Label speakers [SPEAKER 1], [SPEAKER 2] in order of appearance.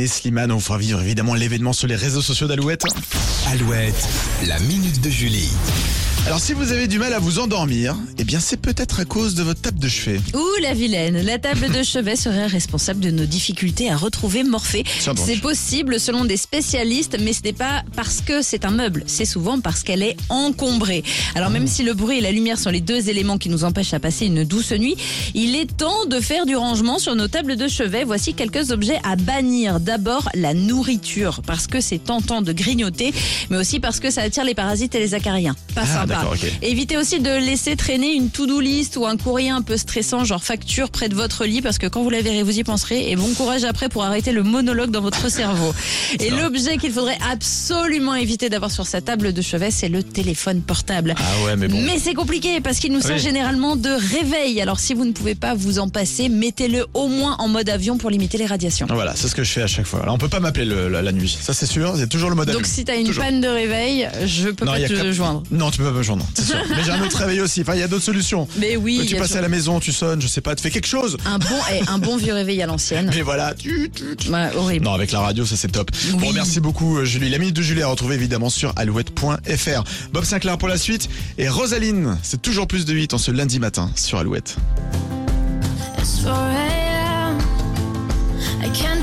[SPEAKER 1] Et Slimane, on vous fera vivre évidemment l'événement sur les réseaux sociaux d'Alouette.
[SPEAKER 2] Alouette, la minute de Julie.
[SPEAKER 1] Alors si vous avez du mal à vous endormir, eh bien c'est peut-être à cause de votre table de chevet.
[SPEAKER 3] Ouh la vilaine La table de chevet serait responsable de nos difficultés à retrouver Morphée.
[SPEAKER 1] Tiens donc.
[SPEAKER 3] C'est possible selon des spécialistes, mais ce n'est pas parce que c'est un meuble, c'est souvent parce qu'elle est encombrée. Alors même si le bruit et la lumière sont les deux éléments qui nous empêchent à passer une douce nuit, il est temps de faire du rangement sur nos tables de chevet. Voici quelques objets à bannir. D'abord la nourriture, parce que c'est tentant de grignoter, mais aussi parce que ça attire les parasites et les acariens. Pas
[SPEAKER 1] Ah,
[SPEAKER 3] sympa.
[SPEAKER 1] d'accord, ok.
[SPEAKER 3] Évitez aussi de laisser traîner une to-do list ou un courrier un peu stressant, genre facture près de votre lit, parce que quand vous la verrez, vous y penserez. Et bon courage après pour arrêter le monologue dans votre cerveau. Et l'objet qu'il faudrait absolument éviter d'avoir sur sa table de chevet, c'est le téléphone portable.
[SPEAKER 1] Ah ouais, mais
[SPEAKER 3] Mais c'est compliqué parce qu'il nous sert
[SPEAKER 1] Oui.
[SPEAKER 3] généralement de réveil. Alors si vous ne pouvez pas vous en passer, mettez-le au moins en mode avion pour limiter les radiations.
[SPEAKER 1] Voilà, c'est ce que je fais à chaque fois. Alors on peut pas m'appeler le- la, la nuit, ça c'est sûr, c'est toujours le mode
[SPEAKER 3] Donc
[SPEAKER 1] avion.
[SPEAKER 3] si t'as une
[SPEAKER 1] Toujours.
[SPEAKER 3] panne de réveil, je peux
[SPEAKER 1] Non, il y
[SPEAKER 3] pas
[SPEAKER 1] a
[SPEAKER 3] te
[SPEAKER 1] quatre-
[SPEAKER 3] joindre.
[SPEAKER 1] Non, tu peux pas me joindre, c'est sûr. mais j'ai un autre réveil aussi, enfin il y a d'autres solutions.
[SPEAKER 3] Mais oui,
[SPEAKER 1] tu
[SPEAKER 3] bien
[SPEAKER 1] passes
[SPEAKER 3] sûr.
[SPEAKER 1] à la maison, tu sonnes, je sais pas, tu fais quelque chose.
[SPEAKER 3] un bon, eh, un bon vieux réveil à l'ancienne.
[SPEAKER 1] Mais voilà, tu, tu, tu-
[SPEAKER 3] Ouais, horrible.
[SPEAKER 1] Non, avec la radio, ça c'est top. Bon,
[SPEAKER 3] Oui.
[SPEAKER 1] merci beaucoup euh, Julie. La minute de Julie à retrouver évidemment sur alouette.fr. Bob Sinclair pour la suite et Rosaline, c'est toujours plus de 8 en ce lundi matin sur Alouette.
[SPEAKER 4] It's 4 a.m. I can't